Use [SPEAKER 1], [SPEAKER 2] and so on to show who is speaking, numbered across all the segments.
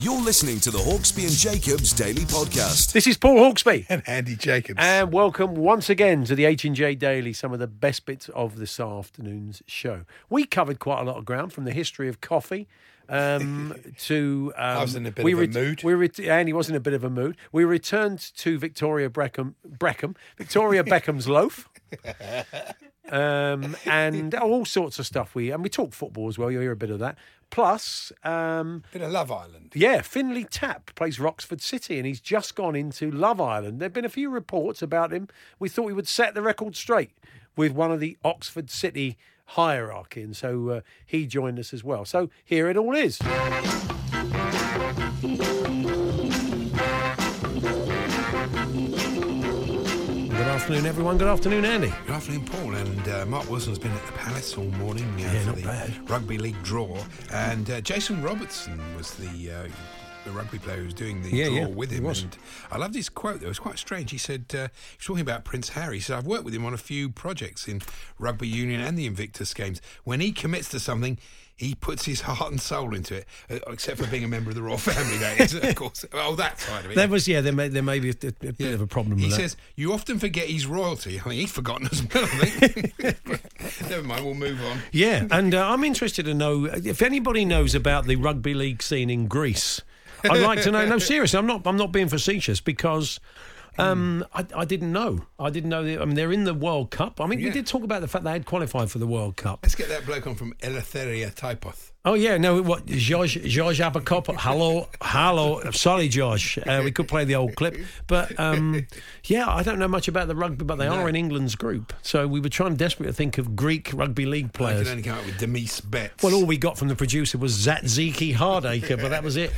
[SPEAKER 1] You're listening to the Hawksby and Jacobs Daily Podcast.
[SPEAKER 2] This is Paul Hawksby.
[SPEAKER 3] and Andy Jacobs.
[SPEAKER 2] And welcome once again to the H&J Daily, some of the best bits of this afternoon's show. We covered quite a lot of ground from the history of coffee um, to... Um,
[SPEAKER 3] was in a bit
[SPEAKER 2] we
[SPEAKER 3] of a mood.
[SPEAKER 2] We ret- Andy was in a bit of a mood. We returned to Victoria Breckham, Breckham Victoria Beckham's loaf. Um, and all sorts of stuff. We And we talk football as well. You'll hear a bit of that. Plus, um,
[SPEAKER 3] bit of Love Island.
[SPEAKER 2] Yeah, Finley Tapp plays Roxford City and he's just gone into Love Island. There've been a few reports about him. We thought we would set the record straight with one of the Oxford City hierarchy and so uh, he joined us as well. So here it all is. Good afternoon everyone. Good afternoon Andy.
[SPEAKER 3] Good afternoon, Paul. And uh, Mark Wilson's been at the Palace all morning uh,
[SPEAKER 2] Yeah,
[SPEAKER 3] for
[SPEAKER 2] not
[SPEAKER 3] the
[SPEAKER 2] bad.
[SPEAKER 3] rugby league draw. And uh, Jason Robertson was the uh, the rugby player who was doing the
[SPEAKER 2] Yeah,
[SPEAKER 3] draw
[SPEAKER 2] yeah,
[SPEAKER 3] with
[SPEAKER 2] he
[SPEAKER 3] him.
[SPEAKER 2] was.
[SPEAKER 3] And I loved his quote, though. It was quite strange. He said, uh, he's talking about Prince Harry. He said, I've worked with him on a few projects in rugby union and the Invictus Games. When he commits to something, he puts his heart and soul into it, uh, except for being a member of the royal family, that is, of course. Oh, that side of it.
[SPEAKER 2] There was yeah, there may there may be a, a- a bit of a problem
[SPEAKER 3] He
[SPEAKER 2] with that.
[SPEAKER 3] says you often forget he's royalty. I think he's forgotten as well. I think. Never mind. We'll move on.
[SPEAKER 2] Yeah, and uh, I'm interested to know if anybody knows about the rugby league scene in Greece. I'd like to know. No, seriously, I'm not. I'm not being facetious because um, I, I didn't know. I didn't know. That, I mean, they're in the World Cup. I mean, we
[SPEAKER 3] Yeah.
[SPEAKER 2] did talk about the fact they had qualified for the World Cup.
[SPEAKER 3] Let's get that bloke on from Eleutheria Typoth.
[SPEAKER 2] Oh yeah, no. What George George Abercop? Hello, hello. Sorry, George. Uh, we could play the old clip, but um, yeah, I don't know much about the rugby, but they are in England's group. So we were trying desperate to think of Greek rugby league
[SPEAKER 3] I
[SPEAKER 2] players.
[SPEAKER 3] can only come up with Demise Betts.
[SPEAKER 2] Well, all we got from the producer was Zatziki Hardacre, but that was it.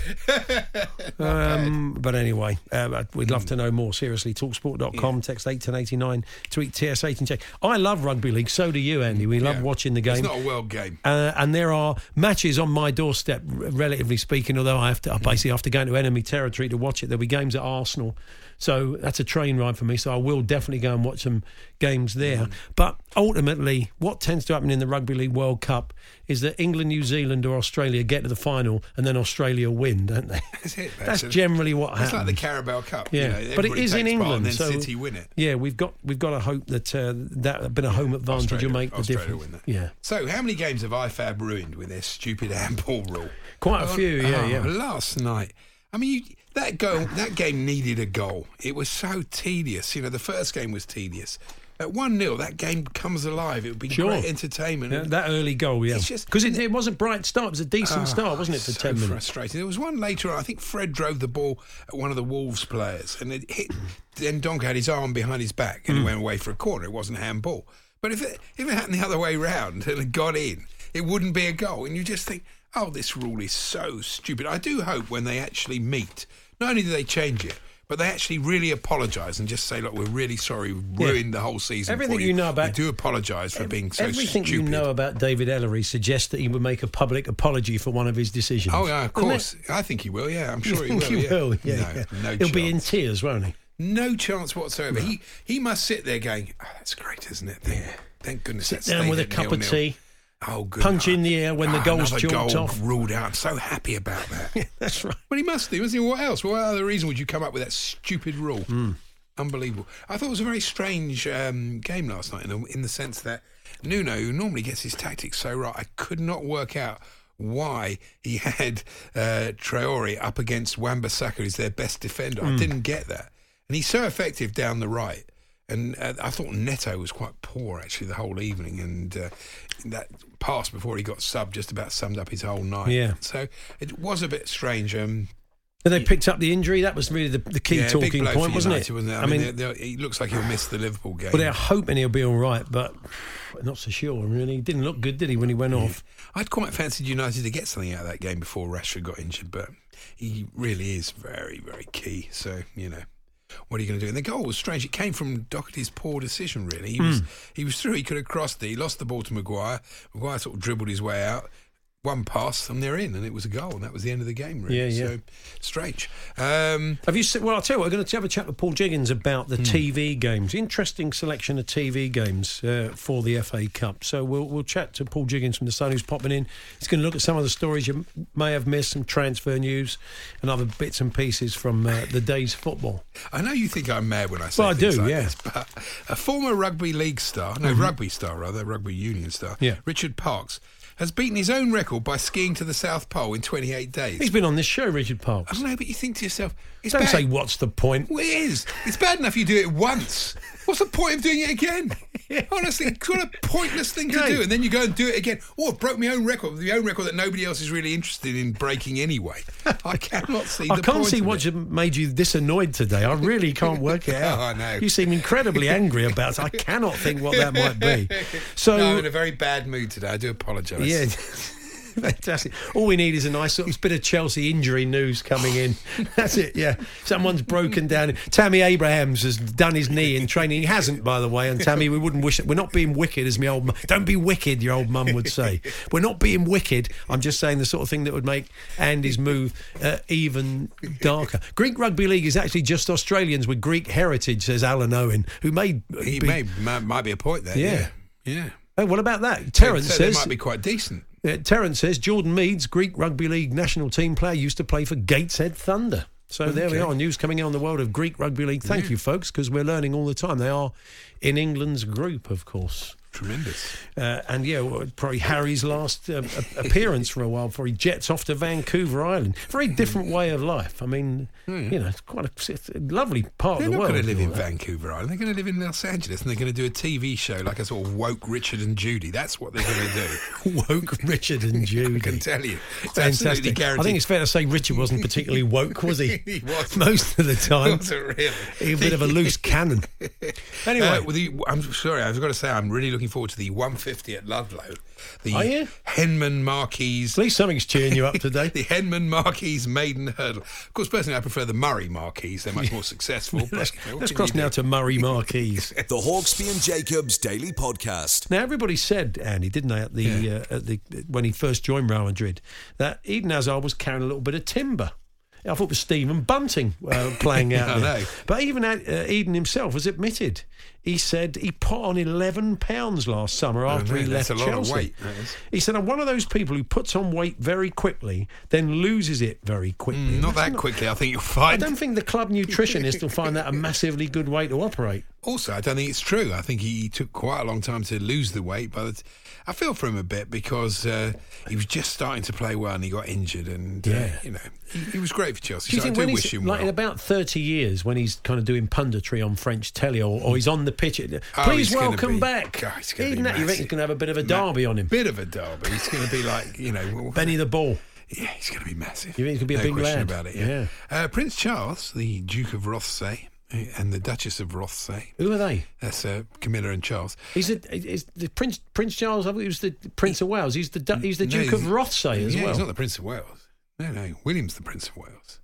[SPEAKER 2] um, but anyway, uh, we'd love to know more. Seriously, talksport.com, text 1889, tweet TS18J. I love rugby league. So do you, Andy. We love
[SPEAKER 3] Yeah.
[SPEAKER 2] watching the
[SPEAKER 3] It's
[SPEAKER 2] game.
[SPEAKER 3] not a world game.
[SPEAKER 2] Uh, and there are matches on my doorstep, r- relatively speaking. Although I have to, I basically have to go into enemy territory to watch it. There'll be games at Arsenal, so that's a train ride for me. So I will definitely go and watch some games there.
[SPEAKER 3] Mm.
[SPEAKER 2] But ultimately, what tends to happen in the Rugby League World Cup is that England, New Zealand, or Australia get to the final, and then Australia win, don't they?
[SPEAKER 3] That's it.
[SPEAKER 2] That's
[SPEAKER 3] it.
[SPEAKER 2] generally what
[SPEAKER 3] It's
[SPEAKER 2] happens.
[SPEAKER 3] like the Carabao Cup. you
[SPEAKER 2] Yeah,
[SPEAKER 3] know,
[SPEAKER 2] but it
[SPEAKER 3] everybody
[SPEAKER 2] is in
[SPEAKER 3] takes part
[SPEAKER 2] England,
[SPEAKER 3] And then
[SPEAKER 2] so
[SPEAKER 3] City win it.
[SPEAKER 2] yeah, we've got we've got to hope that uh, that bit of home advantage
[SPEAKER 3] Australia-
[SPEAKER 2] will make the
[SPEAKER 3] Australia
[SPEAKER 2] difference.
[SPEAKER 3] win that.
[SPEAKER 2] Yeah,
[SPEAKER 3] So, how many games have IFAB ruined with their stupid handball rule?
[SPEAKER 2] quite a
[SPEAKER 3] Oh,
[SPEAKER 2] few. Yeah,
[SPEAKER 3] oh,
[SPEAKER 2] yeah.
[SPEAKER 3] Last night, I mean, you, that goal, that game needed a goal. It was so tedious. You know, the first game was tedious. At one 0 that game comes alive. It would be
[SPEAKER 2] Sure.
[SPEAKER 3] great entertainment.
[SPEAKER 2] Yeah, that early goal, yeah.
[SPEAKER 3] It's just- Ah,
[SPEAKER 2] Because it, it was a bright start. It was a decent start, wasn't it, for
[SPEAKER 3] so
[SPEAKER 2] 10 minutes?
[SPEAKER 3] frustrating. There was one later on. I think Fred drove the ball at one of the Wolves players, and it hit. Then Donk had his arm behind his back,
[SPEAKER 2] Hmm.
[SPEAKER 3] and it went away for a corner. It wasn't a handball. But if it if it happened the other way round and it got in, it wouldn't be a goal. And you just think, oh, this rule is so stupid. I do hope when they actually meet, not only do they change it. But they actually really apologise and just say, "Look, we're really sorry. We
[SPEAKER 2] Yeah.
[SPEAKER 3] ruined the whole season. for
[SPEAKER 2] Everything you know about-
[SPEAKER 3] we do apologise for being so
[SPEAKER 2] Everything
[SPEAKER 3] stupid."
[SPEAKER 2] you know about David Ellery suggests that he would make a public apology for one of his decisions.
[SPEAKER 3] Oh yeah, of
[SPEAKER 2] Doesn't it?
[SPEAKER 3] course. I think he will. Yeah, I'm
[SPEAKER 2] You
[SPEAKER 3] sure
[SPEAKER 2] think
[SPEAKER 3] he will. yeah.
[SPEAKER 2] Yeah,
[SPEAKER 3] no,
[SPEAKER 2] yeah.
[SPEAKER 3] no
[SPEAKER 2] He'll
[SPEAKER 3] chance.
[SPEAKER 2] be in tears, won't he?
[SPEAKER 3] no chance whatsoever. He he must sit there going, "Oh, that's great, isn't it? Thank, thank goodness." Sit
[SPEAKER 2] down with a cup of tea,
[SPEAKER 3] Oh, good.
[SPEAKER 2] punch in the air when the
[SPEAKER 3] Ah,
[SPEAKER 2] goal's
[SPEAKER 3] another
[SPEAKER 2] chalked
[SPEAKER 3] goal
[SPEAKER 2] off.
[SPEAKER 3] Ruled out. I'm so happy about that.
[SPEAKER 2] That's right.
[SPEAKER 3] But he must do, must he? What else? What other reason would you come up with that stupid
[SPEAKER 2] Hmm.
[SPEAKER 3] rule? Unbelievable. I thought it was a very strange um, game last night in the, in the sense that Nuno, who normally gets his tactics so right, I could not work out why he had uh, Traore up against Wan-Bissaka who's their best defender. I didn't get that. And he's so effective down the right. And uh, I thought Neto was quite poor actually the whole evening, and uh, that pass before he got subbed just about summed up his whole night.
[SPEAKER 2] Yeah.
[SPEAKER 3] So it was a bit strange. Um,
[SPEAKER 2] And they picked up the injury. That was really the, the key
[SPEAKER 3] yeah, big
[SPEAKER 2] talking
[SPEAKER 3] blow
[SPEAKER 2] point,
[SPEAKER 3] for
[SPEAKER 2] wasn't it?
[SPEAKER 3] United, Wasn't it? I, mean, they- they- it looks like he'll miss the Liverpool game.
[SPEAKER 2] well, they're hoping he'll be all right, but not so sure. Really, he didn't look good, did he, when he went off?
[SPEAKER 3] I'd quite fancied United to get something out of that game before Rashford got injured, but he really is very, very key. So you know, what are you going to do? And the goal was strange. It came from Doherty's poor decision. Really, he
[SPEAKER 2] Hmm.
[SPEAKER 3] was he was through. He could have crossed it. He lost the ball to Maguire. Maguire sort of dribbled his way out. One pass and they're in, and it was a goal, and that was the end of the game. Really,
[SPEAKER 2] Yeah, yeah.
[SPEAKER 3] so strange. Um,
[SPEAKER 2] Have you? se- Well, I'll tell you what. I'm going to have a chat with Paul Jiggins about
[SPEAKER 3] Hmm.
[SPEAKER 2] the TV games. Interesting selection of TV games uh, for the FA Cup. So we'll we'll chat to Paul Jiggins from the Sun, who's popping in. He's going to look at some of the stories you m- may have missed, some transfer news, and other bits and pieces from uh, the day's football.
[SPEAKER 3] I know you think I'm mad when I say
[SPEAKER 2] Well, I
[SPEAKER 3] things
[SPEAKER 2] do,
[SPEAKER 3] like
[SPEAKER 2] yeah. Mm-hmm.
[SPEAKER 3] this, but a former rugby league star, no rugby star rather, rugby union star,
[SPEAKER 2] Yeah.
[SPEAKER 3] Richard Parks, has beaten his own record by skiing to the South Pole in 28 days.
[SPEAKER 2] He's been on this show, Richard
[SPEAKER 3] I
[SPEAKER 2] Parks.
[SPEAKER 3] don't know, but you think to yourself, it's
[SPEAKER 2] Don't
[SPEAKER 3] bad.
[SPEAKER 2] say what's the point.
[SPEAKER 3] Well, it is. It's bad enough you do it once. What's the point of doing it again? Honestly, it's what a pointless thing to
[SPEAKER 2] Yeah.
[SPEAKER 3] do. And then you go and do it again. Oh, I broke my own record, the own record that nobody else is really interested in breaking anyway. I cannot see.
[SPEAKER 2] I
[SPEAKER 3] the
[SPEAKER 2] can't
[SPEAKER 3] point
[SPEAKER 2] see
[SPEAKER 3] of it.
[SPEAKER 2] what's made you this annoyed today. I really can't work it out.
[SPEAKER 3] Oh, I know.
[SPEAKER 2] You seem incredibly angry about it. I cannot think what that might be. So
[SPEAKER 3] no, I'm in a very bad mood today. I do apologise.
[SPEAKER 2] Yeah. Fantastic. All we need is a nice sort of bit of Chelsea injury news coming in. That's it, yeah. Someone's broken down. Tammy Abrahams has done his knee in training. He hasn't, by the way. And Tammy, we wouldn't wish it. We're not being wicked, as my old mum. Don't be wicked, your old mum would say. We're not being wicked. I'm just saying the sort of thing that would make Andy's move uh, even darker. Greek Rugby League is actually just Australians with Greek heritage, says Alan Owen, who may.
[SPEAKER 3] He
[SPEAKER 2] be-
[SPEAKER 3] may might, might be a point there.
[SPEAKER 2] Yeah.
[SPEAKER 3] Yeah, yeah.
[SPEAKER 2] Oh, what about that? Terence
[SPEAKER 3] so
[SPEAKER 2] says.
[SPEAKER 3] they might be quite decent.
[SPEAKER 2] Uh, Terence says Jordan Meads, Greek rugby league national team player, used to play for Gateshead Thunder. So there we are, news coming in on the world of Greek rugby league. Thank you, folks, because we're learning all the time. They are in England's group, of course.
[SPEAKER 3] Tremendous.
[SPEAKER 2] Uh, and yeah, well, probably Harry's last uh, a- appearance for a while before he jets off to Vancouver Island. Very different way of life. I mean, you know, it's quite a, it's a lovely part
[SPEAKER 3] Oh, They're
[SPEAKER 2] of the
[SPEAKER 3] not
[SPEAKER 2] world.
[SPEAKER 3] going to live
[SPEAKER 2] you
[SPEAKER 3] in
[SPEAKER 2] know.
[SPEAKER 3] Vancouver Island. They're going to live in Los Angeles, and they're going to do a TV show like a sort of woke Richard and Judy. That's what they're going to do.
[SPEAKER 2] Woke Richard and Judy.
[SPEAKER 3] I can tell you, it's absolutely
[SPEAKER 2] Fantastic. I
[SPEAKER 3] guaranteed.
[SPEAKER 2] think it's fair to say Richard wasn't particularly woke, was he?
[SPEAKER 3] He wasn't.
[SPEAKER 2] Most of the time.
[SPEAKER 3] wasn't really.
[SPEAKER 2] He was a bit of a loose cannon. Anyway,
[SPEAKER 3] Uh, with the, I'm sorry, I've got to say, I'm really looking forward to the 150 at Ludlow. The
[SPEAKER 2] Are you?
[SPEAKER 3] Henman Marquis
[SPEAKER 2] at least something's cheering you up today.
[SPEAKER 3] the Henman Marquis Maiden Hurdle. Of course, personally, I prefer the Murray Marquis. They're much more successful. but
[SPEAKER 2] let's,
[SPEAKER 3] what
[SPEAKER 2] let's
[SPEAKER 3] can
[SPEAKER 2] cross
[SPEAKER 3] you do?
[SPEAKER 2] now to Murray Marquise.
[SPEAKER 1] The Hawksby and Jacobs Daily Podcast.
[SPEAKER 2] Now everybody said Andy, didn't they, at the uh, at the when he first joined Real Madrid, that Eden Hazard was carrying a little bit of timber. I thought it was Stephen Bunting uh, playing out
[SPEAKER 3] I
[SPEAKER 2] there.
[SPEAKER 3] know.
[SPEAKER 2] But even uh, Eden himself has admitted. He said he put on eleven pounds last summer after
[SPEAKER 3] Oh, man,
[SPEAKER 2] he left
[SPEAKER 3] that's a lot of
[SPEAKER 2] Chelsea.
[SPEAKER 3] weight, that is.
[SPEAKER 2] He said, "I'm one of those people who puts on weight very quickly, then loses it very quickly."
[SPEAKER 3] Mm, Not
[SPEAKER 2] That's
[SPEAKER 3] that quickly, I think you'll
[SPEAKER 2] I
[SPEAKER 3] find.
[SPEAKER 2] don't think the club nutritionist will find that a massively good way to operate.
[SPEAKER 3] also, I don't think it's true. I think he took quite a long time to lose the weight, but it's- I feel for him a bit because uh, he was just starting to play well and he got injured, and uh,
[SPEAKER 2] Yeah.
[SPEAKER 3] you know he, he was great for Chelsea.
[SPEAKER 2] Do you
[SPEAKER 3] so
[SPEAKER 2] think
[SPEAKER 3] I
[SPEAKER 2] when
[SPEAKER 3] do
[SPEAKER 2] he's
[SPEAKER 3] wish him
[SPEAKER 2] like
[SPEAKER 3] well.
[SPEAKER 2] in about thirty years, when he's kind of doing punditry on French telly, or, or he's on the pitch, it-
[SPEAKER 3] Oh,
[SPEAKER 2] please
[SPEAKER 3] he's gonna
[SPEAKER 2] welcome
[SPEAKER 3] be-
[SPEAKER 2] back.
[SPEAKER 3] God, he's gonna be
[SPEAKER 2] Even that, you think he's
[SPEAKER 3] massive.
[SPEAKER 2] going to have a bit of a
[SPEAKER 3] Ma-
[SPEAKER 2] derby on him?
[SPEAKER 3] Bit of a derby. He's going to be like you know. well,
[SPEAKER 2] Benny the Ball.
[SPEAKER 3] Yeah, he's going to be massive.
[SPEAKER 2] You think he could be a
[SPEAKER 3] no
[SPEAKER 2] big
[SPEAKER 3] question
[SPEAKER 2] lad?
[SPEAKER 3] about it. Yeah. Uh, Prince Charles, the Duke of Rothsay, and the Duchess of Rothsay.
[SPEAKER 2] Who are they?
[SPEAKER 3] That's uh, Camilla and Charles.
[SPEAKER 2] He's the, is the Prince Prince Charles. I think he was the Prince of Wales. He's the du- he's the
[SPEAKER 3] No,
[SPEAKER 2] Duke of
[SPEAKER 3] he's-
[SPEAKER 2] Rothsay as
[SPEAKER 3] yeah,
[SPEAKER 2] well.
[SPEAKER 3] He's not the Prince of Wales. No, no. William's the Prince of Wales.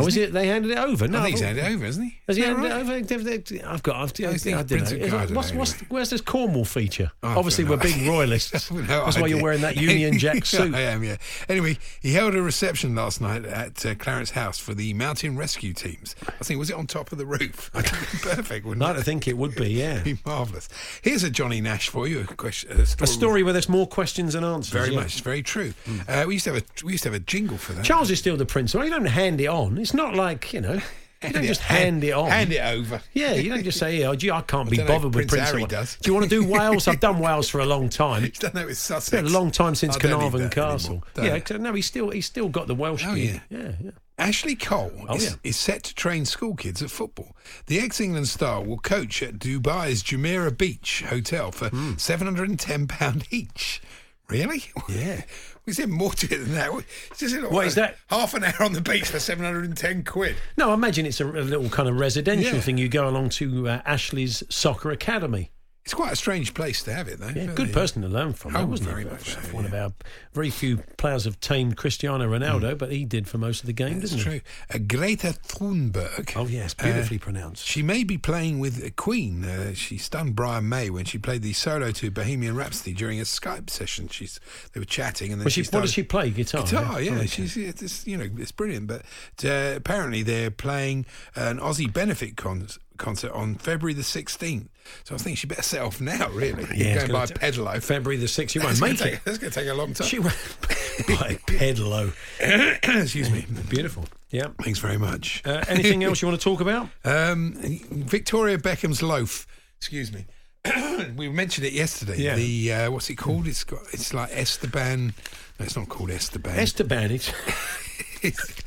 [SPEAKER 2] or is it they handed it over? No,
[SPEAKER 3] I think he's
[SPEAKER 2] thought-
[SPEAKER 3] handed it over, hasn't he?
[SPEAKER 2] Has he
[SPEAKER 3] Isn't
[SPEAKER 2] handed
[SPEAKER 3] that
[SPEAKER 2] it
[SPEAKER 3] right?
[SPEAKER 2] over? They've- they've- I've got. I've,
[SPEAKER 3] I
[SPEAKER 2] I,
[SPEAKER 3] think
[SPEAKER 2] I
[SPEAKER 3] Prince
[SPEAKER 2] don't
[SPEAKER 3] of
[SPEAKER 2] know.
[SPEAKER 3] God, I don't
[SPEAKER 2] what's,
[SPEAKER 3] know,
[SPEAKER 2] what's,
[SPEAKER 3] anyway.
[SPEAKER 2] where's this Cornwall feature?
[SPEAKER 3] I've
[SPEAKER 2] Obviously,
[SPEAKER 3] got
[SPEAKER 2] we're
[SPEAKER 3] no
[SPEAKER 2] big
[SPEAKER 3] idea.
[SPEAKER 2] royalists.
[SPEAKER 3] I've Oh, no
[SPEAKER 2] That's why you're
[SPEAKER 3] idea.
[SPEAKER 2] wearing that Union Jack suit.
[SPEAKER 3] I am, yeah. Anyway, he held a reception last night at uh, Clarence House for the mountain rescue teams. I think, was it on top of the roof? I think it'd be perfect, wouldn't
[SPEAKER 2] I
[SPEAKER 3] it?
[SPEAKER 2] don't think it would be. Yeah.
[SPEAKER 3] be marvellous. Here's a Johnny Nash for you. A, question, a story.
[SPEAKER 2] A story where there's more questions than answers.
[SPEAKER 3] Very
[SPEAKER 2] yeah. Hmm.
[SPEAKER 3] much. It's very true. Uh, we used to have a we used to have a jingle for that.
[SPEAKER 2] Charles is still the prince. Well, you don't hand it on. It's not like you know. You don't just hand it on.
[SPEAKER 3] Hand it over.
[SPEAKER 2] Yeah, you don't just say, oh, gee, I can't be
[SPEAKER 3] don't know,
[SPEAKER 2] bothered with
[SPEAKER 3] Prince
[SPEAKER 2] Prince.
[SPEAKER 3] Harry
[SPEAKER 2] Harry
[SPEAKER 3] does.
[SPEAKER 2] Do you want to do Wales? I've done Wales for a long time.
[SPEAKER 3] He's done that with Sussex.
[SPEAKER 2] It's been a long time since
[SPEAKER 3] I don't need
[SPEAKER 2] Carnarvon
[SPEAKER 3] that
[SPEAKER 2] Castle.
[SPEAKER 3] anymore, don't
[SPEAKER 2] yeah,
[SPEAKER 3] I?
[SPEAKER 2] ex- no, he's still he's still got the Welsh.
[SPEAKER 3] Oh,
[SPEAKER 2] gig. yeah, yeah.
[SPEAKER 3] Ashley Cole
[SPEAKER 2] Oh,
[SPEAKER 3] is,
[SPEAKER 2] yeah.
[SPEAKER 3] is set to train school kids at football. The ex England star will coach at Dubai's Jumeirah Beach Hotel for
[SPEAKER 2] Hmm.
[SPEAKER 3] £710 each. Really?
[SPEAKER 2] Yeah.
[SPEAKER 3] Is there more to it than that? Is this
[SPEAKER 2] What is that?
[SPEAKER 3] Half an hour on the beach for 710 quid.
[SPEAKER 2] No, I imagine it's a, a little kind of residential
[SPEAKER 3] Yeah.
[SPEAKER 2] thing. You go along to uh, Ashley's Soccer Academy.
[SPEAKER 3] It's quite a strange place to have it, though.
[SPEAKER 2] Yeah,
[SPEAKER 3] isn't
[SPEAKER 2] good
[SPEAKER 3] it?
[SPEAKER 2] person to learn from.
[SPEAKER 3] Oh,
[SPEAKER 2] though, wasn't
[SPEAKER 3] very
[SPEAKER 2] he?
[SPEAKER 3] much so,
[SPEAKER 2] One
[SPEAKER 3] yeah. Hmm.
[SPEAKER 2] of our very few players have tamed Cristiano Ronaldo, but he did for most of the game,
[SPEAKER 3] That's
[SPEAKER 2] didn't
[SPEAKER 3] true. Uh, Greta Thunberg.
[SPEAKER 2] he? Oh yes,
[SPEAKER 3] uh,
[SPEAKER 2] beautifully pronounced.
[SPEAKER 3] She may be playing with a Queen. Uh, she stunned Brian May when she played the solo to Bohemian Rhapsody during a Skype session. She's they were chatting and then
[SPEAKER 2] Well, she,
[SPEAKER 3] she
[SPEAKER 2] what does she
[SPEAKER 3] started-
[SPEAKER 2] play? Guitar.
[SPEAKER 3] Guitar, yeah,
[SPEAKER 2] Oh, okay.
[SPEAKER 3] she's yeah, it's, you know it's brilliant. But uh, apparently they're playing an Aussie benefit con- concert on February the sixteenth. So I think she better set off now. Really,
[SPEAKER 2] Yeah, it's
[SPEAKER 3] going
[SPEAKER 2] gonna
[SPEAKER 3] by
[SPEAKER 2] ta-
[SPEAKER 3] pedalo.
[SPEAKER 2] February the sixth. You won't
[SPEAKER 3] That's gonna
[SPEAKER 2] make
[SPEAKER 3] take-
[SPEAKER 2] it.
[SPEAKER 3] That's going to take a long time.
[SPEAKER 2] She won't by Pedalo.
[SPEAKER 3] Excuse me.
[SPEAKER 2] Beautiful. Yeah.
[SPEAKER 3] Thanks very much.
[SPEAKER 2] Uh, anything else you want to talk about?
[SPEAKER 3] Um, Victoria Beckham's loaf. Excuse me. we mentioned it yesterday.
[SPEAKER 2] Yeah.
[SPEAKER 3] The uh, what's it called? It's got. It's like Esteban. No, it's not called Esteban.
[SPEAKER 2] Esteban. It's,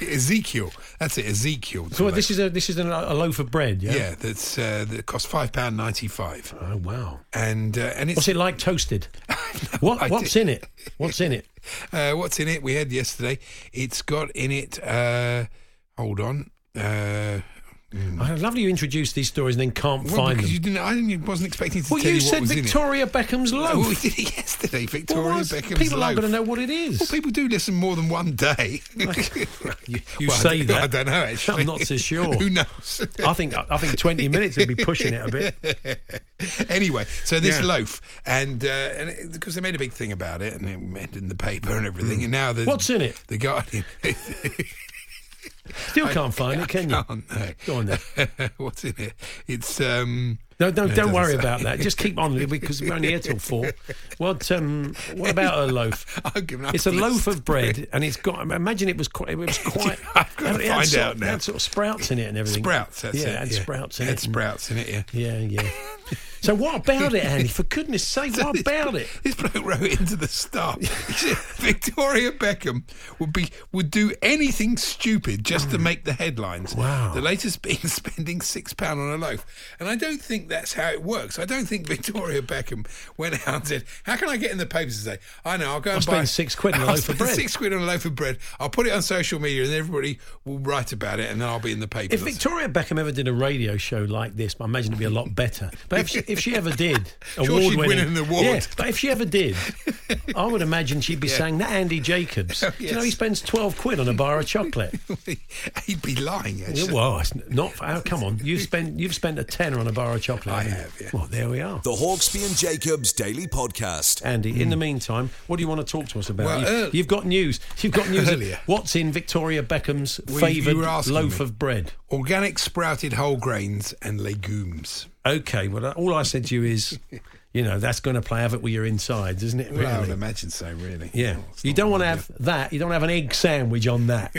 [SPEAKER 3] Ezekiel. That's it. Ezekiel.
[SPEAKER 2] so what, this is a this is an, a loaf of bread. Yeah.
[SPEAKER 3] Yeah, that's uh, that costs five pound ninety five,
[SPEAKER 2] Oh wow.
[SPEAKER 3] and uh, and it's
[SPEAKER 2] What's it like toasted? what
[SPEAKER 3] idea.
[SPEAKER 2] what's in it? What's in it?
[SPEAKER 3] uh, what's in it? We had yesterday. It's got in it. Uh, hold on. Uh,
[SPEAKER 2] I love you introduce these stories and then can't
[SPEAKER 3] well,
[SPEAKER 2] find
[SPEAKER 3] because
[SPEAKER 2] them.
[SPEAKER 3] you didn't. I didn't. Wasn't expecting to
[SPEAKER 2] well,
[SPEAKER 3] tell
[SPEAKER 2] you
[SPEAKER 3] you, what
[SPEAKER 2] said
[SPEAKER 3] was in it.
[SPEAKER 2] Victoria Beckham's loaf.
[SPEAKER 3] Well, we did it yesterday. Victoria
[SPEAKER 2] Well, why-
[SPEAKER 3] Beckham's
[SPEAKER 2] people aren't
[SPEAKER 3] loaf.
[SPEAKER 2] going to know what it is.
[SPEAKER 3] Well, people do listen more than one day.
[SPEAKER 2] you you
[SPEAKER 3] Well, I
[SPEAKER 2] say
[SPEAKER 3] don't-
[SPEAKER 2] that.
[SPEAKER 3] I don't know. Actually,
[SPEAKER 2] I'm not so sure.
[SPEAKER 3] Who knows?
[SPEAKER 2] I think I think 20 minutes would be pushing it a bit.
[SPEAKER 3] anyway, so this
[SPEAKER 2] Yeah.
[SPEAKER 3] loaf, and uh, and it- because they made a big thing about it, and it went in the paper and everything, and now the
[SPEAKER 2] Mm. What's in it?
[SPEAKER 3] The Guardian.
[SPEAKER 2] Still can't find it, can you?
[SPEAKER 3] Oh, no.
[SPEAKER 2] Go on then.
[SPEAKER 3] What's in it? It's um.
[SPEAKER 2] No, no,
[SPEAKER 3] it
[SPEAKER 2] don't
[SPEAKER 3] doesn't
[SPEAKER 2] worry
[SPEAKER 3] say.
[SPEAKER 2] about that. Just keep on because we're only here till four. What um, what about a loaf?
[SPEAKER 3] I've given up
[SPEAKER 2] It's a
[SPEAKER 3] the
[SPEAKER 2] loaf
[SPEAKER 3] list.
[SPEAKER 2] of bread, and it's got. Imagine it was quite. It was quite.
[SPEAKER 3] I've gotta
[SPEAKER 2] it had
[SPEAKER 3] find
[SPEAKER 2] sort-
[SPEAKER 3] out now.
[SPEAKER 2] it Had sort of sprouts in it and everything.
[SPEAKER 3] Sprouts, that's
[SPEAKER 2] yeah,
[SPEAKER 3] it.
[SPEAKER 2] had sprouts in
[SPEAKER 3] had
[SPEAKER 2] it.
[SPEAKER 3] sprouts in it, yeah.
[SPEAKER 2] Yeah, yeah. So what about it, Andy? For goodness' sake, what about it?
[SPEAKER 3] This bloke wrote into the staff. He said, Victoria Beckham would be would do anything stupid just to make the headlines.
[SPEAKER 2] Wow.
[SPEAKER 3] The latest being spending six pound on a loaf, and I don't think that's how it works. I don't think Victoria Beckham went out and said, "How can I get in the papers today?" I know I'll go and
[SPEAKER 2] spend
[SPEAKER 3] buy
[SPEAKER 2] six quid on a
[SPEAKER 3] I'll
[SPEAKER 2] loaf of
[SPEAKER 3] spend
[SPEAKER 2] bread."
[SPEAKER 3] Six quid on a loaf of bread. I'll put it on social media, and everybody will write about it, and then I'll be in the papers.
[SPEAKER 2] If Victoria Beckham ever did a radio show like this, I imagine it'd be a lot better. But if she, if she ever did,
[SPEAKER 3] Sure, she'd
[SPEAKER 2] award
[SPEAKER 3] win
[SPEAKER 2] winning,
[SPEAKER 3] an award.
[SPEAKER 2] Yeah, but if she ever did, I would imagine she'd be saying that Andy Jacobs. Do you know he
[SPEAKER 3] Oh, yes.
[SPEAKER 2] spends twelve quid on a bar of chocolate?
[SPEAKER 3] He'd be lying. Actually.
[SPEAKER 2] Yeah, well, it's not. Oh, come on, you've spent you've spent a tenner on a bar of chocolate.
[SPEAKER 3] I
[SPEAKER 2] haven't you?
[SPEAKER 3] have, yeah.
[SPEAKER 2] Well, there we are.
[SPEAKER 1] The Hawksby and Jacobs Daily Podcast.
[SPEAKER 2] Andy, in the meantime, what do you want to talk to us about?
[SPEAKER 3] Hmm. Well,
[SPEAKER 2] you've,
[SPEAKER 3] ear-
[SPEAKER 2] you've got news. You've got news.
[SPEAKER 3] Earlier.
[SPEAKER 2] What's in Victoria Beckham's
[SPEAKER 3] you
[SPEAKER 2] favoured
[SPEAKER 3] were asking
[SPEAKER 2] loaf
[SPEAKER 3] me.
[SPEAKER 2] of bread?
[SPEAKER 3] Organic sprouted whole grains and legumes.
[SPEAKER 2] Okay, well, uh, all I said to you is, you know, that's going to play havoc with your insides, isn't it? Really?
[SPEAKER 3] Well, I would imagine so, really.
[SPEAKER 2] yeah.
[SPEAKER 3] Oh, it's
[SPEAKER 2] You
[SPEAKER 3] not
[SPEAKER 2] don't
[SPEAKER 3] really
[SPEAKER 2] want to
[SPEAKER 3] good.
[SPEAKER 2] have that. You don't have an egg sandwich on that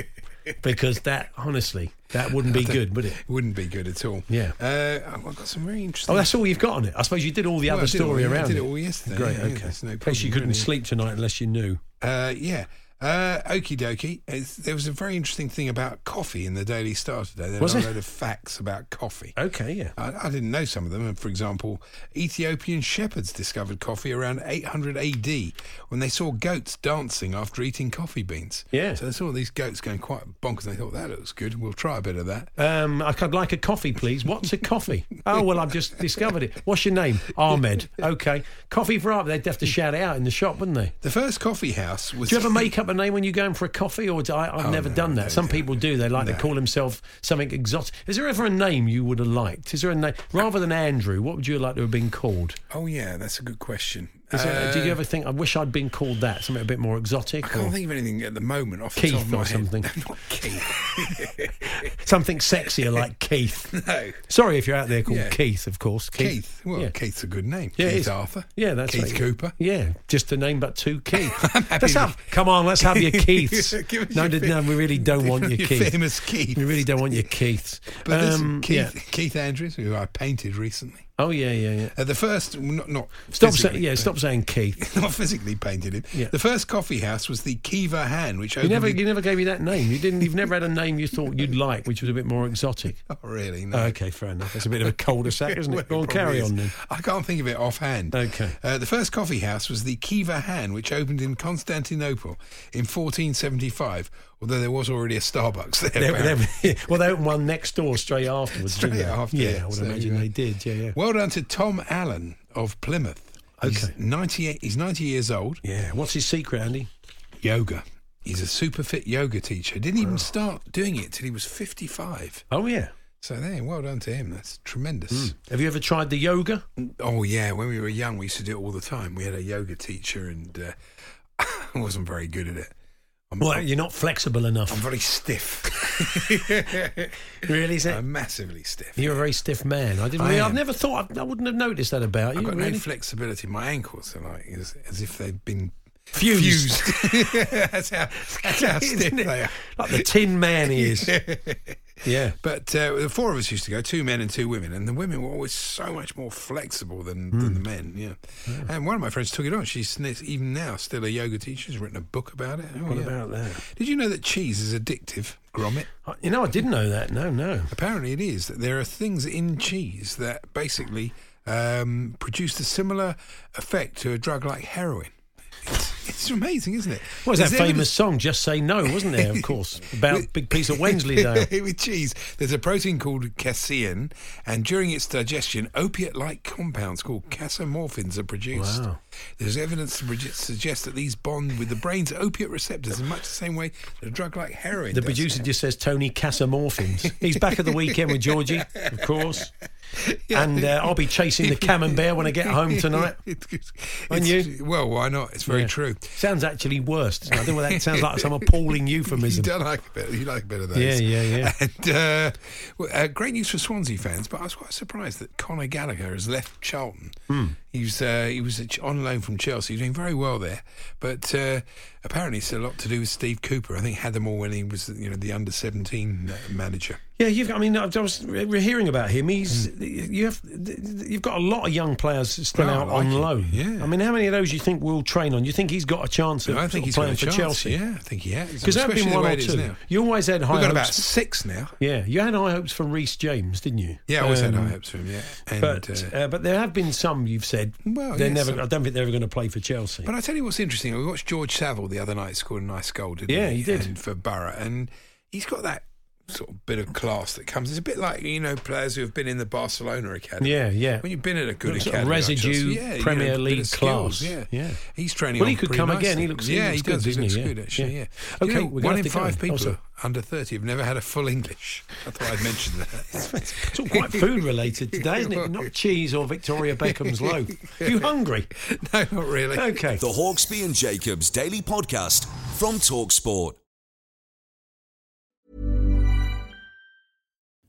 [SPEAKER 2] because that, honestly, that wouldn't be good, would it?
[SPEAKER 3] It wouldn't be good at all.
[SPEAKER 2] Yeah.
[SPEAKER 3] Uh, I've got some very interesting.
[SPEAKER 2] Oh, that's all you've got on it. I suppose you did all the
[SPEAKER 3] Well,
[SPEAKER 2] other
[SPEAKER 3] I did it all-
[SPEAKER 2] story
[SPEAKER 3] I
[SPEAKER 2] around
[SPEAKER 3] did
[SPEAKER 2] it.
[SPEAKER 3] it all yesterday,
[SPEAKER 2] Great.
[SPEAKER 3] yeah, yeah,
[SPEAKER 2] okay.
[SPEAKER 3] there's no
[SPEAKER 2] In case you
[SPEAKER 3] problem,
[SPEAKER 2] couldn't
[SPEAKER 3] really.
[SPEAKER 2] sleep tonight unless you knew.
[SPEAKER 3] Uh, yeah. Uh, okie dokie. It's- There was a very interesting thing about coffee in the Daily Star today. There
[SPEAKER 2] Was
[SPEAKER 3] were a
[SPEAKER 2] there?
[SPEAKER 3] load of facts about coffee.
[SPEAKER 2] Okay. Yeah.
[SPEAKER 3] I, I didn't know some of them. And For example, Ethiopian shepherds discovered coffee around 800 AD when they saw goats dancing after eating coffee beans.
[SPEAKER 2] Yeah.
[SPEAKER 3] So they saw these goats going quite bonkers. They thought, that looks good. We'll try a bit of that.
[SPEAKER 2] Um, I could like a coffee, please. What's a coffee? oh, well, I've just discovered it. What's your name? Ahmed. Okay. Coffee for Ahmed. They'd have to shout it out in the shop, wouldn't they?
[SPEAKER 3] The first coffee house was.
[SPEAKER 2] Do you ever make up a name when you're going for a coffee? Or do
[SPEAKER 3] Oh,
[SPEAKER 2] I, I've never done that. Some people do. They like to call themselves something exotic. Is there ever a name you would have liked? Is there a name rather than Andrew? What would you like to have been called?
[SPEAKER 3] Oh yeah, that's a good question.
[SPEAKER 2] Is there- do you ever think I wish I'd been called that something a bit more exotic
[SPEAKER 3] I
[SPEAKER 2] or
[SPEAKER 3] can't think of anything at the moment off
[SPEAKER 2] Keith
[SPEAKER 3] the top of my
[SPEAKER 2] or something.
[SPEAKER 3] Head. Not Keith.
[SPEAKER 2] something sexier like Keith?
[SPEAKER 3] no.
[SPEAKER 2] Sorry if you're out there called
[SPEAKER 3] Yeah.
[SPEAKER 2] Keith, of course.
[SPEAKER 3] Keith. Well,
[SPEAKER 2] yeah.
[SPEAKER 3] Keith's a good name.
[SPEAKER 2] Yeah, it
[SPEAKER 3] Keith
[SPEAKER 2] is.
[SPEAKER 3] Arthur.
[SPEAKER 2] Yeah, that's
[SPEAKER 3] Keith
[SPEAKER 2] right.
[SPEAKER 3] Cooper.
[SPEAKER 2] Yeah, just a name, but two Keith.
[SPEAKER 3] I'm happy
[SPEAKER 2] let's have,
[SPEAKER 3] with-
[SPEAKER 2] come on, let's have your Keiths.
[SPEAKER 3] Give us
[SPEAKER 2] no,
[SPEAKER 3] your
[SPEAKER 2] d- no,
[SPEAKER 3] fa-
[SPEAKER 2] we really don't want your,
[SPEAKER 3] your
[SPEAKER 2] Keith.
[SPEAKER 3] famous Keith.
[SPEAKER 2] We really don't want your Keiths.
[SPEAKER 3] But this
[SPEAKER 2] Um,
[SPEAKER 3] Keith,
[SPEAKER 2] yeah.
[SPEAKER 3] Keith Andrews, who I painted recently.
[SPEAKER 2] Oh yeah, yeah, yeah.
[SPEAKER 3] Uh, the first, not, not
[SPEAKER 2] Stop
[SPEAKER 3] physically,
[SPEAKER 2] saying yeah.
[SPEAKER 3] but-
[SPEAKER 2] Stop saying Keith.
[SPEAKER 3] Not physically painted him.
[SPEAKER 2] Yeah.
[SPEAKER 3] The first coffee house was the Kiva Han, which
[SPEAKER 2] You
[SPEAKER 3] opened.
[SPEAKER 2] never,
[SPEAKER 3] in-
[SPEAKER 2] you never gave me that name. You didn't. You've never had a name you thought you'd like, which was a bit more exotic.
[SPEAKER 3] Oh, really? No.
[SPEAKER 2] Okay, fair enough. That's a bit of a cul-de-sac, isn't
[SPEAKER 3] Well,
[SPEAKER 2] it? Go on,
[SPEAKER 3] probably
[SPEAKER 2] carry
[SPEAKER 3] is.
[SPEAKER 2] on then.
[SPEAKER 3] I can't think of it offhand.
[SPEAKER 2] Okay.
[SPEAKER 3] Uh, the first coffee house was the Kiva Han, which opened in Constantinople in 1475, although there was already a Starbucks there.
[SPEAKER 2] They-
[SPEAKER 3] apparently.
[SPEAKER 2] they- well, they opened one next door straight afterwards,
[SPEAKER 3] Straight
[SPEAKER 2] didn't they?
[SPEAKER 3] after,
[SPEAKER 2] yeah,
[SPEAKER 3] yeah.
[SPEAKER 2] I would
[SPEAKER 3] So,
[SPEAKER 2] imagine
[SPEAKER 3] yeah.
[SPEAKER 2] they did. Yeah, yeah.
[SPEAKER 3] Well done to Tom Allen of Plymouth. He's
[SPEAKER 2] Okay.
[SPEAKER 3] 98, he's 90 years old.
[SPEAKER 2] yeah. What's his secret, Andy?
[SPEAKER 3] Yoga. He's a super fit yoga teacher. Didn't even start doing it till he was 55.
[SPEAKER 2] Oh yeah.
[SPEAKER 3] So there, well done to him. That's tremendous.
[SPEAKER 2] Mm. Have you ever tried the yoga?
[SPEAKER 3] Oh yeah, when we were young, we used to do it all the time. We had a yoga teacher, and uh, I wasn't very good at it. I'm,
[SPEAKER 2] Well,
[SPEAKER 3] I'm,
[SPEAKER 2] you're not flexible enough.
[SPEAKER 3] I'm very stiff.
[SPEAKER 2] Really, is it?
[SPEAKER 3] I'm massively stiff.
[SPEAKER 2] You're a very stiff man. I didn't.
[SPEAKER 3] I
[SPEAKER 2] Really,
[SPEAKER 3] am.
[SPEAKER 2] I've never thought. I, I wouldn't have noticed that about you.
[SPEAKER 3] I've got
[SPEAKER 2] really.
[SPEAKER 3] no flexibility. My ankles are like as, as if they've been
[SPEAKER 2] Fused.
[SPEAKER 3] fused. that's how, that's how stiff
[SPEAKER 2] Isn't it?
[SPEAKER 3] they are.
[SPEAKER 2] like the Tin Man he is. yeah.
[SPEAKER 3] But uh, the four of us used to go, two men and two women, and the women were always so much more flexible than,
[SPEAKER 2] Hmm.
[SPEAKER 3] than the men. Yeah. and one of my friends took it on. She's n- even now still a yoga teacher. She's written a book about it. Oh,
[SPEAKER 2] What
[SPEAKER 3] yeah.
[SPEAKER 2] about that?
[SPEAKER 3] Did you know that cheese is addictive, Gromit?
[SPEAKER 2] I- You know, I didn't know that. No, no.
[SPEAKER 3] Apparently, it is that there are things in cheese that basically um, produce a similar effect to a drug like heroin. It's, it's amazing, isn't it?
[SPEAKER 2] What was that
[SPEAKER 3] There's
[SPEAKER 2] famous
[SPEAKER 3] evidence-
[SPEAKER 2] song? Just say no, wasn't there? Of course, about big piece of Wensleydale.
[SPEAKER 3] With cheese, there's a protein called casein, and during its digestion, opiate like compounds called casomorphins are produced.
[SPEAKER 2] Wow.
[SPEAKER 3] There's evidence to produ- suggest that these bond with the brain's opiate receptors in much the same way that a drug like heroin
[SPEAKER 2] The
[SPEAKER 3] does.
[SPEAKER 2] producer just says Tony Casamorphins. He's back at the weekend with Georgie, of course. And uh, I'll be chasing the camembert when I get home tonight.
[SPEAKER 3] It's- it's-
[SPEAKER 2] Aren't
[SPEAKER 3] it's-
[SPEAKER 2] you?
[SPEAKER 3] Well, why not? It's very
[SPEAKER 2] Yeah.
[SPEAKER 3] true.
[SPEAKER 2] Sounds actually worse. doesn't it? I think well, that sounds like some appalling
[SPEAKER 3] You
[SPEAKER 2] euphemism.
[SPEAKER 3] don't like a bit. You like a bit of those.
[SPEAKER 2] Yeah, yeah, yeah.
[SPEAKER 3] And uh, well, uh, great news for Swansea fans, but I was quite surprised that Conor Gallagher has left Charlton.
[SPEAKER 2] Hmm.
[SPEAKER 3] He was uh, he was at Ch- on loan from Chelsea, doing very well there. But uh, apparently, it's a lot to do with Steve Cooper. I think he had them all when he was you know the under seventeen uh, manager.
[SPEAKER 2] Yeah, you've. I mean, I was we're hearing about him. He's.
[SPEAKER 3] Hmm.
[SPEAKER 2] You have. You've got a lot of young players still
[SPEAKER 3] Well, Oh, I
[SPEAKER 2] out
[SPEAKER 3] like
[SPEAKER 2] on
[SPEAKER 3] him.
[SPEAKER 2] loan.
[SPEAKER 3] Yeah.
[SPEAKER 2] I mean, how many of those you think will train on? You think he's got a chance of
[SPEAKER 3] I think
[SPEAKER 2] sort of
[SPEAKER 3] he's got
[SPEAKER 2] playing
[SPEAKER 3] a
[SPEAKER 2] for
[SPEAKER 3] chance.
[SPEAKER 2] Chelsea?
[SPEAKER 3] Yeah, I think he has.
[SPEAKER 2] Because there have
[SPEAKER 3] Especially
[SPEAKER 2] been
[SPEAKER 3] the
[SPEAKER 2] one
[SPEAKER 3] way
[SPEAKER 2] or
[SPEAKER 3] it is
[SPEAKER 2] two.
[SPEAKER 3] now.
[SPEAKER 2] You always had high
[SPEAKER 3] We've got about
[SPEAKER 2] hopes.
[SPEAKER 3] six now.
[SPEAKER 2] yeah, you had high hopes from Reece James, didn't you?
[SPEAKER 3] Yeah, I always had
[SPEAKER 2] Um,
[SPEAKER 3] high hopes for him. Yeah, and
[SPEAKER 2] But uh, but there have been some you've said
[SPEAKER 3] Well,
[SPEAKER 2] they're
[SPEAKER 3] yes,
[SPEAKER 2] never.
[SPEAKER 3] some-
[SPEAKER 2] I don't think they're ever going to play for Chelsea.
[SPEAKER 3] But I tell you what's interesting. We watched George Savile the other night scored a nice goal, didn't
[SPEAKER 2] Yeah,
[SPEAKER 3] he?
[SPEAKER 2] he did.
[SPEAKER 3] And for Borough, and he's got that sort of bit of class that comes. It's a bit like you know players who have been in the Barcelona academy.
[SPEAKER 2] Yeah, yeah.
[SPEAKER 3] When you've been at a good
[SPEAKER 2] Sort of
[SPEAKER 3] academy, like
[SPEAKER 2] residue
[SPEAKER 3] Chelsea, yeah, you know,
[SPEAKER 2] Premier
[SPEAKER 3] a bit of
[SPEAKER 2] League
[SPEAKER 3] skills,
[SPEAKER 2] class.
[SPEAKER 3] Yeah,
[SPEAKER 2] Yeah.
[SPEAKER 3] He's training.
[SPEAKER 2] Well,
[SPEAKER 3] on
[SPEAKER 2] he could
[SPEAKER 3] pretty
[SPEAKER 2] come
[SPEAKER 3] nicely.
[SPEAKER 2] again. He looks- he
[SPEAKER 3] Yeah,
[SPEAKER 2] looks good,
[SPEAKER 3] does.
[SPEAKER 2] doesn't
[SPEAKER 3] he
[SPEAKER 2] he?
[SPEAKER 3] looks
[SPEAKER 2] Yeah.
[SPEAKER 3] good actually.
[SPEAKER 2] Yeah.
[SPEAKER 3] Yeah.
[SPEAKER 2] Okay,
[SPEAKER 3] You know,
[SPEAKER 2] we're gonna
[SPEAKER 3] one
[SPEAKER 2] have
[SPEAKER 3] in
[SPEAKER 2] to go.
[SPEAKER 3] five people
[SPEAKER 2] Oh, sorry.
[SPEAKER 3] under thirty have never had a full English. I thought I'd mention that.
[SPEAKER 2] It's all quite food related today, isn't it? Not cheese or Victoria Beckham's loaf. You hungry?
[SPEAKER 3] no, not really.
[SPEAKER 2] Okay.
[SPEAKER 1] The Hawksby and Jacobs Daily Podcast from Talksport.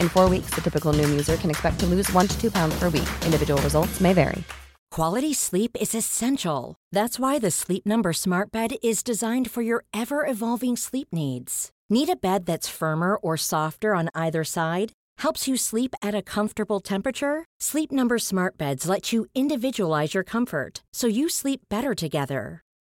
[SPEAKER 4] In four weeks, the typical Noom user can expect to lose one to two pounds per week. Individual results may vary.
[SPEAKER 5] Quality sleep is essential. That's why the Sleep Number Smart Bed is designed for your ever evolving sleep needs. Need a bed that's firmer or softer on either side? Helps you sleep at a comfortable temperature? Sleep Number Smart Beds let you individualize your comfort so you sleep better together.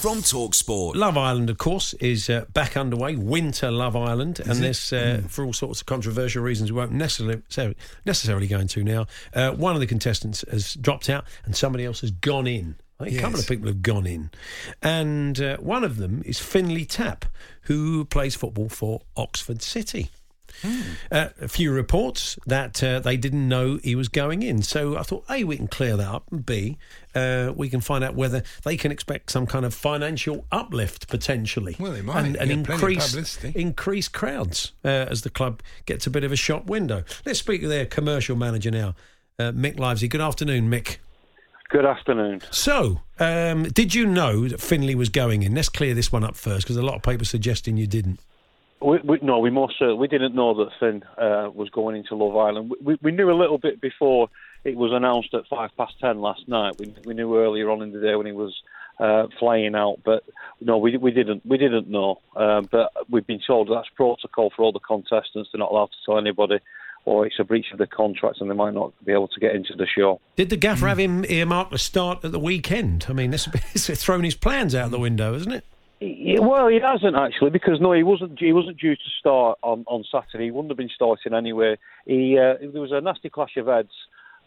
[SPEAKER 1] from Talksport.
[SPEAKER 2] Love Island, of course, is uh, back underway. Winter Love Island, and this uh, for all sorts of controversial reasons we won't necessarily necessarily go into now. Uh, one of the contestants has dropped out, and somebody else has gone in. I think a couple of
[SPEAKER 3] Yes.
[SPEAKER 2] people have gone in, and uh, one of them is Finley Tapp, who plays football for Oxford City. Uh, a few reports that uh, they didn't know he was going in. So I thought, A, we can clear that up, and B, uh, we can find out whether they can expect some kind of financial uplift potentially.
[SPEAKER 3] Well, they might.
[SPEAKER 2] And, and
[SPEAKER 3] Yeah, plenty of
[SPEAKER 2] increase,
[SPEAKER 3] publicity.
[SPEAKER 2] increase crowds uh, as the club gets a bit of a shop window. Let's speak to their commercial manager now, uh, Mick Livesey. Good afternoon, Mick.
[SPEAKER 6] Good afternoon.
[SPEAKER 2] So, um, did you know that Finley was going in? Let's clear this one up first because a lot of people suggesting you didn't.
[SPEAKER 6] We, we, no, we most certainly we didn't know that Finn uh, was going into Love Island. We- We, we knew a little bit before it was announced at five past ten last night. We, we knew earlier on in the day when he was uh, flying out, but no, we, we didn't. We didn't know. Um, but we've been told that's protocol for all the contestants. They're not allowed to tell anybody, or it's a breach of the contract, and they might not be able to get into the show.
[SPEAKER 2] Did the gaffer have him earmarked to start at the weekend? I mean, this has thrown his plans out the window, isn't it?
[SPEAKER 6] Yeah, well, he hasn't actually because no, he wasn't. He wasn't due to start on, on Saturday. He wouldn't have been starting anyway. He uh, there was a nasty clash of heads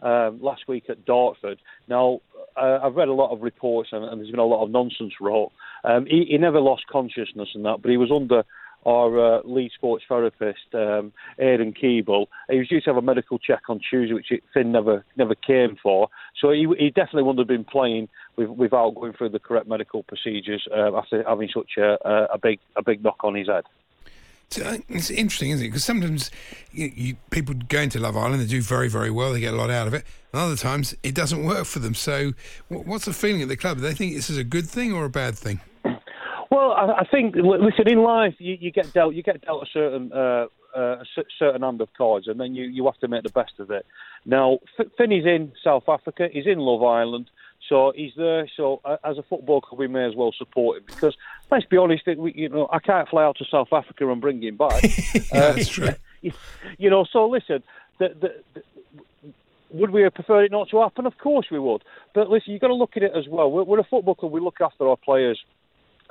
[SPEAKER 6] um, last week at Dartford. Now uh, I've read a lot of reports and, and there's been a lot of nonsense wrote. Um, he, he never lost consciousness and that, but he was under our uh, lead sports therapist, um, Aidan Keeble. He was due to have a medical check on Tuesday, which Finn never never came for. So he, he definitely wouldn't have been playing with, without going through the correct medical procedures uh, after having such a, a, a big a big knock on his head.
[SPEAKER 3] So I think it's interesting, isn't it? Because sometimes you, you, people go into Love Island, they do very, very well, they get a lot out of it. And other times it doesn't work for them. So, wh- what's the feeling at the club? Do they think this is a good thing or a bad thing?
[SPEAKER 6] Well, I, I think li- listen in life, you, you get dealt you get dealt a certain uh, uh, a cer- certain hand of cards, and then you, you have to make the best of it. Now, F- Finn is in South Africa. He's in Love Island. So he's there. So uh, as a football club, we may as well support him because let's be honest, it- we, you know, I can't fly out to South Africa and bring him back.
[SPEAKER 3] Yeah, Uh, that's true.
[SPEAKER 6] you know, so listen, the, the, the, would we have preferred it not to happen? Of course we would. But listen, you've got to look at it as well. We're, we're a football club. We look after our players.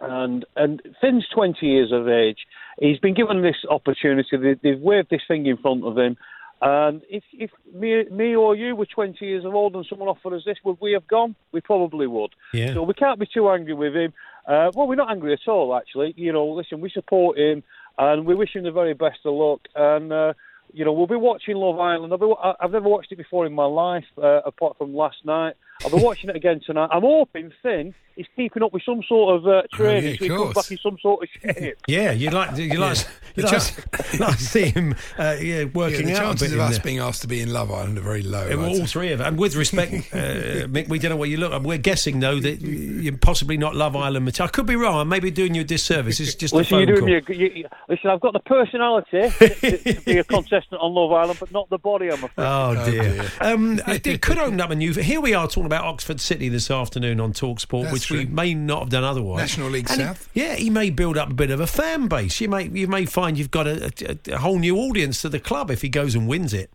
[SPEAKER 6] And and Finn's 20 years of age. He's been given this opportunity. They, they've waved this thing in front of him. And if, if me, me or you were 20 years of old and someone offered us this, would we have gone? We probably would.
[SPEAKER 2] Yeah.
[SPEAKER 6] So we can't be too angry with him. Uh, well, we're not angry at all, actually. You know, listen, we support him and we wish him the very best of luck. And, uh, you know, we'll be watching Love Island. I've, been, wa- I've never watched it before in my life, uh, apart from last night. I'll be watching it again tonight. I'm hoping Finn is keeping up with some sort of uh,
[SPEAKER 2] Oh,
[SPEAKER 6] training
[SPEAKER 3] yeah, of
[SPEAKER 6] so he comes
[SPEAKER 3] course.
[SPEAKER 6] back in some sort of shape.
[SPEAKER 2] Yeah, you like you like you
[SPEAKER 3] The
[SPEAKER 2] like, like to see him uh, yeah,
[SPEAKER 3] Yeah,
[SPEAKER 2] working
[SPEAKER 3] the
[SPEAKER 2] out a
[SPEAKER 3] chances
[SPEAKER 2] bit
[SPEAKER 3] of
[SPEAKER 2] in
[SPEAKER 3] us
[SPEAKER 2] there.
[SPEAKER 3] being asked to be in Love Island are very low.
[SPEAKER 2] Yeah, well,
[SPEAKER 3] I'd
[SPEAKER 2] all
[SPEAKER 3] say.
[SPEAKER 2] three of them. And with respect, uh, Mick, we don't know where you look. And We're guessing though that you're possibly not Love Island material. I could be wrong. I may be doing you a disservice. It's just a
[SPEAKER 6] Listen, you're
[SPEAKER 2] phone
[SPEAKER 6] doing
[SPEAKER 2] call.
[SPEAKER 6] me a, g- you, you- listen, I've got the personality to, to be a contestant on Love Island, but not the body, I'm afraid.
[SPEAKER 2] Oh dear! Um, it, it could open up a new. Here we are talking about Oxford City this afternoon on Talksport,
[SPEAKER 3] That's
[SPEAKER 2] which we
[SPEAKER 3] true.
[SPEAKER 2] may not have done otherwise.
[SPEAKER 3] National League
[SPEAKER 2] And he-
[SPEAKER 3] South.
[SPEAKER 2] yeah, he may build up a bit of a fan base. You may you may find you've got a, a, a whole new audience to the club if he goes and wins it.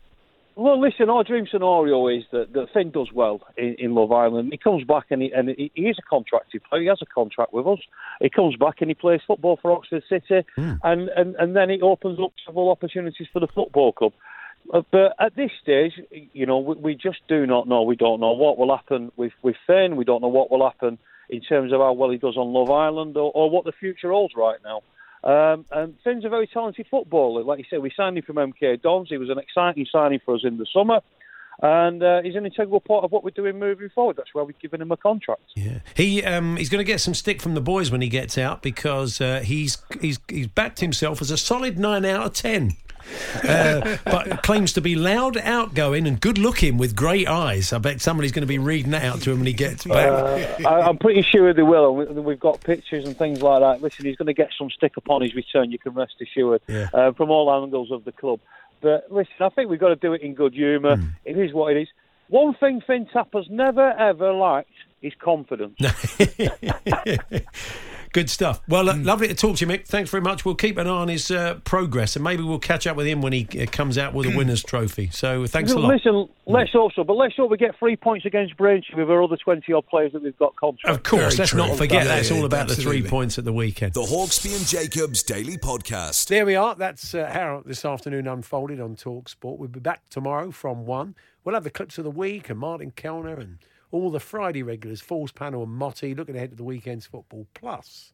[SPEAKER 6] Well, listen, our dream scenario is that, that Finn does well in, in Love Island. He comes back and, he, and he, he is a contracted player. He has a contract with us. He comes back and he plays football for Oxford City,
[SPEAKER 2] Hmm.
[SPEAKER 6] and, and, and then it opens up several opportunities for the football club. Uh, But at this stage, you know, we, we just do not know. We don't know what will happen with, with Finn. We don't know what will happen in terms of how well he does on Love Island or, or what the future holds right now. Um, and Finn's a very talented footballer. Like you said, we signed him from MK Dons. He was an exciting signing for us in the summer. and uh, he's an integral part of what we're doing moving forward. That's why we've given him a contract.
[SPEAKER 2] Yeah, he um, he's going to get some stick from the boys when he gets out because uh, he's he's he's backed himself as a solid nine out of ten. Uh, but claims to be loud, outgoing, and good looking with great eyes. I bet somebody's going to be reading that out to him when he gets back.
[SPEAKER 6] I, I'm pretty sure they will. We- We've got pictures and things like that. Listen, he's going to get some stick upon his return. You can rest assured
[SPEAKER 2] Yeah.
[SPEAKER 6] uh, from all angles of the club. But listen, I think we've got to do it in good humour. It is what it is. One thing Fintap has never ever lacked is confidence.
[SPEAKER 2] Good stuff. Well, uh, lovely to talk to you, Mick. Thanks very much. We'll keep an eye on his uh, progress, and maybe we'll catch up with him when he uh, comes out with a winner's trophy. So, thanks a lot.
[SPEAKER 6] Listen, let's hope so. But let's hope we get three points against Braintree with our other twenty odd players that we've got contracted.
[SPEAKER 2] of course,
[SPEAKER 3] Very
[SPEAKER 2] let's
[SPEAKER 3] true.
[SPEAKER 2] not forget
[SPEAKER 3] Yeah,
[SPEAKER 2] that's
[SPEAKER 3] yeah,
[SPEAKER 2] all about the three
[SPEAKER 3] absolutely.
[SPEAKER 2] points at the weekend.
[SPEAKER 1] The Hawksby and Jacobs Daily Podcast.
[SPEAKER 2] There we are. That's uh, how this afternoon unfolded on Talk Sport. We'll be back tomorrow from one. We'll have the clips of the week and Martin Kellner and all the Friday regulars, Falls Panel and Motti, looking ahead to the weekend's football, plus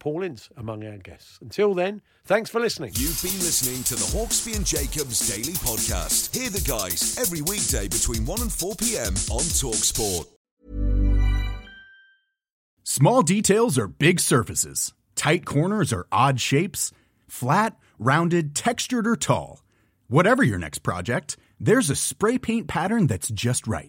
[SPEAKER 2] Paul Ince among our guests. Until then, thanks for listening.
[SPEAKER 1] You've been listening to the Hawksby and Jacobs Daily Podcast. Hear the guys every weekday between 1 and 4 p.m. on Talksport.
[SPEAKER 7] Small details are big surfaces. Tight corners are odd shapes. Flat, rounded, textured, or tall. Whatever your next project, there's a spray paint pattern that's just right.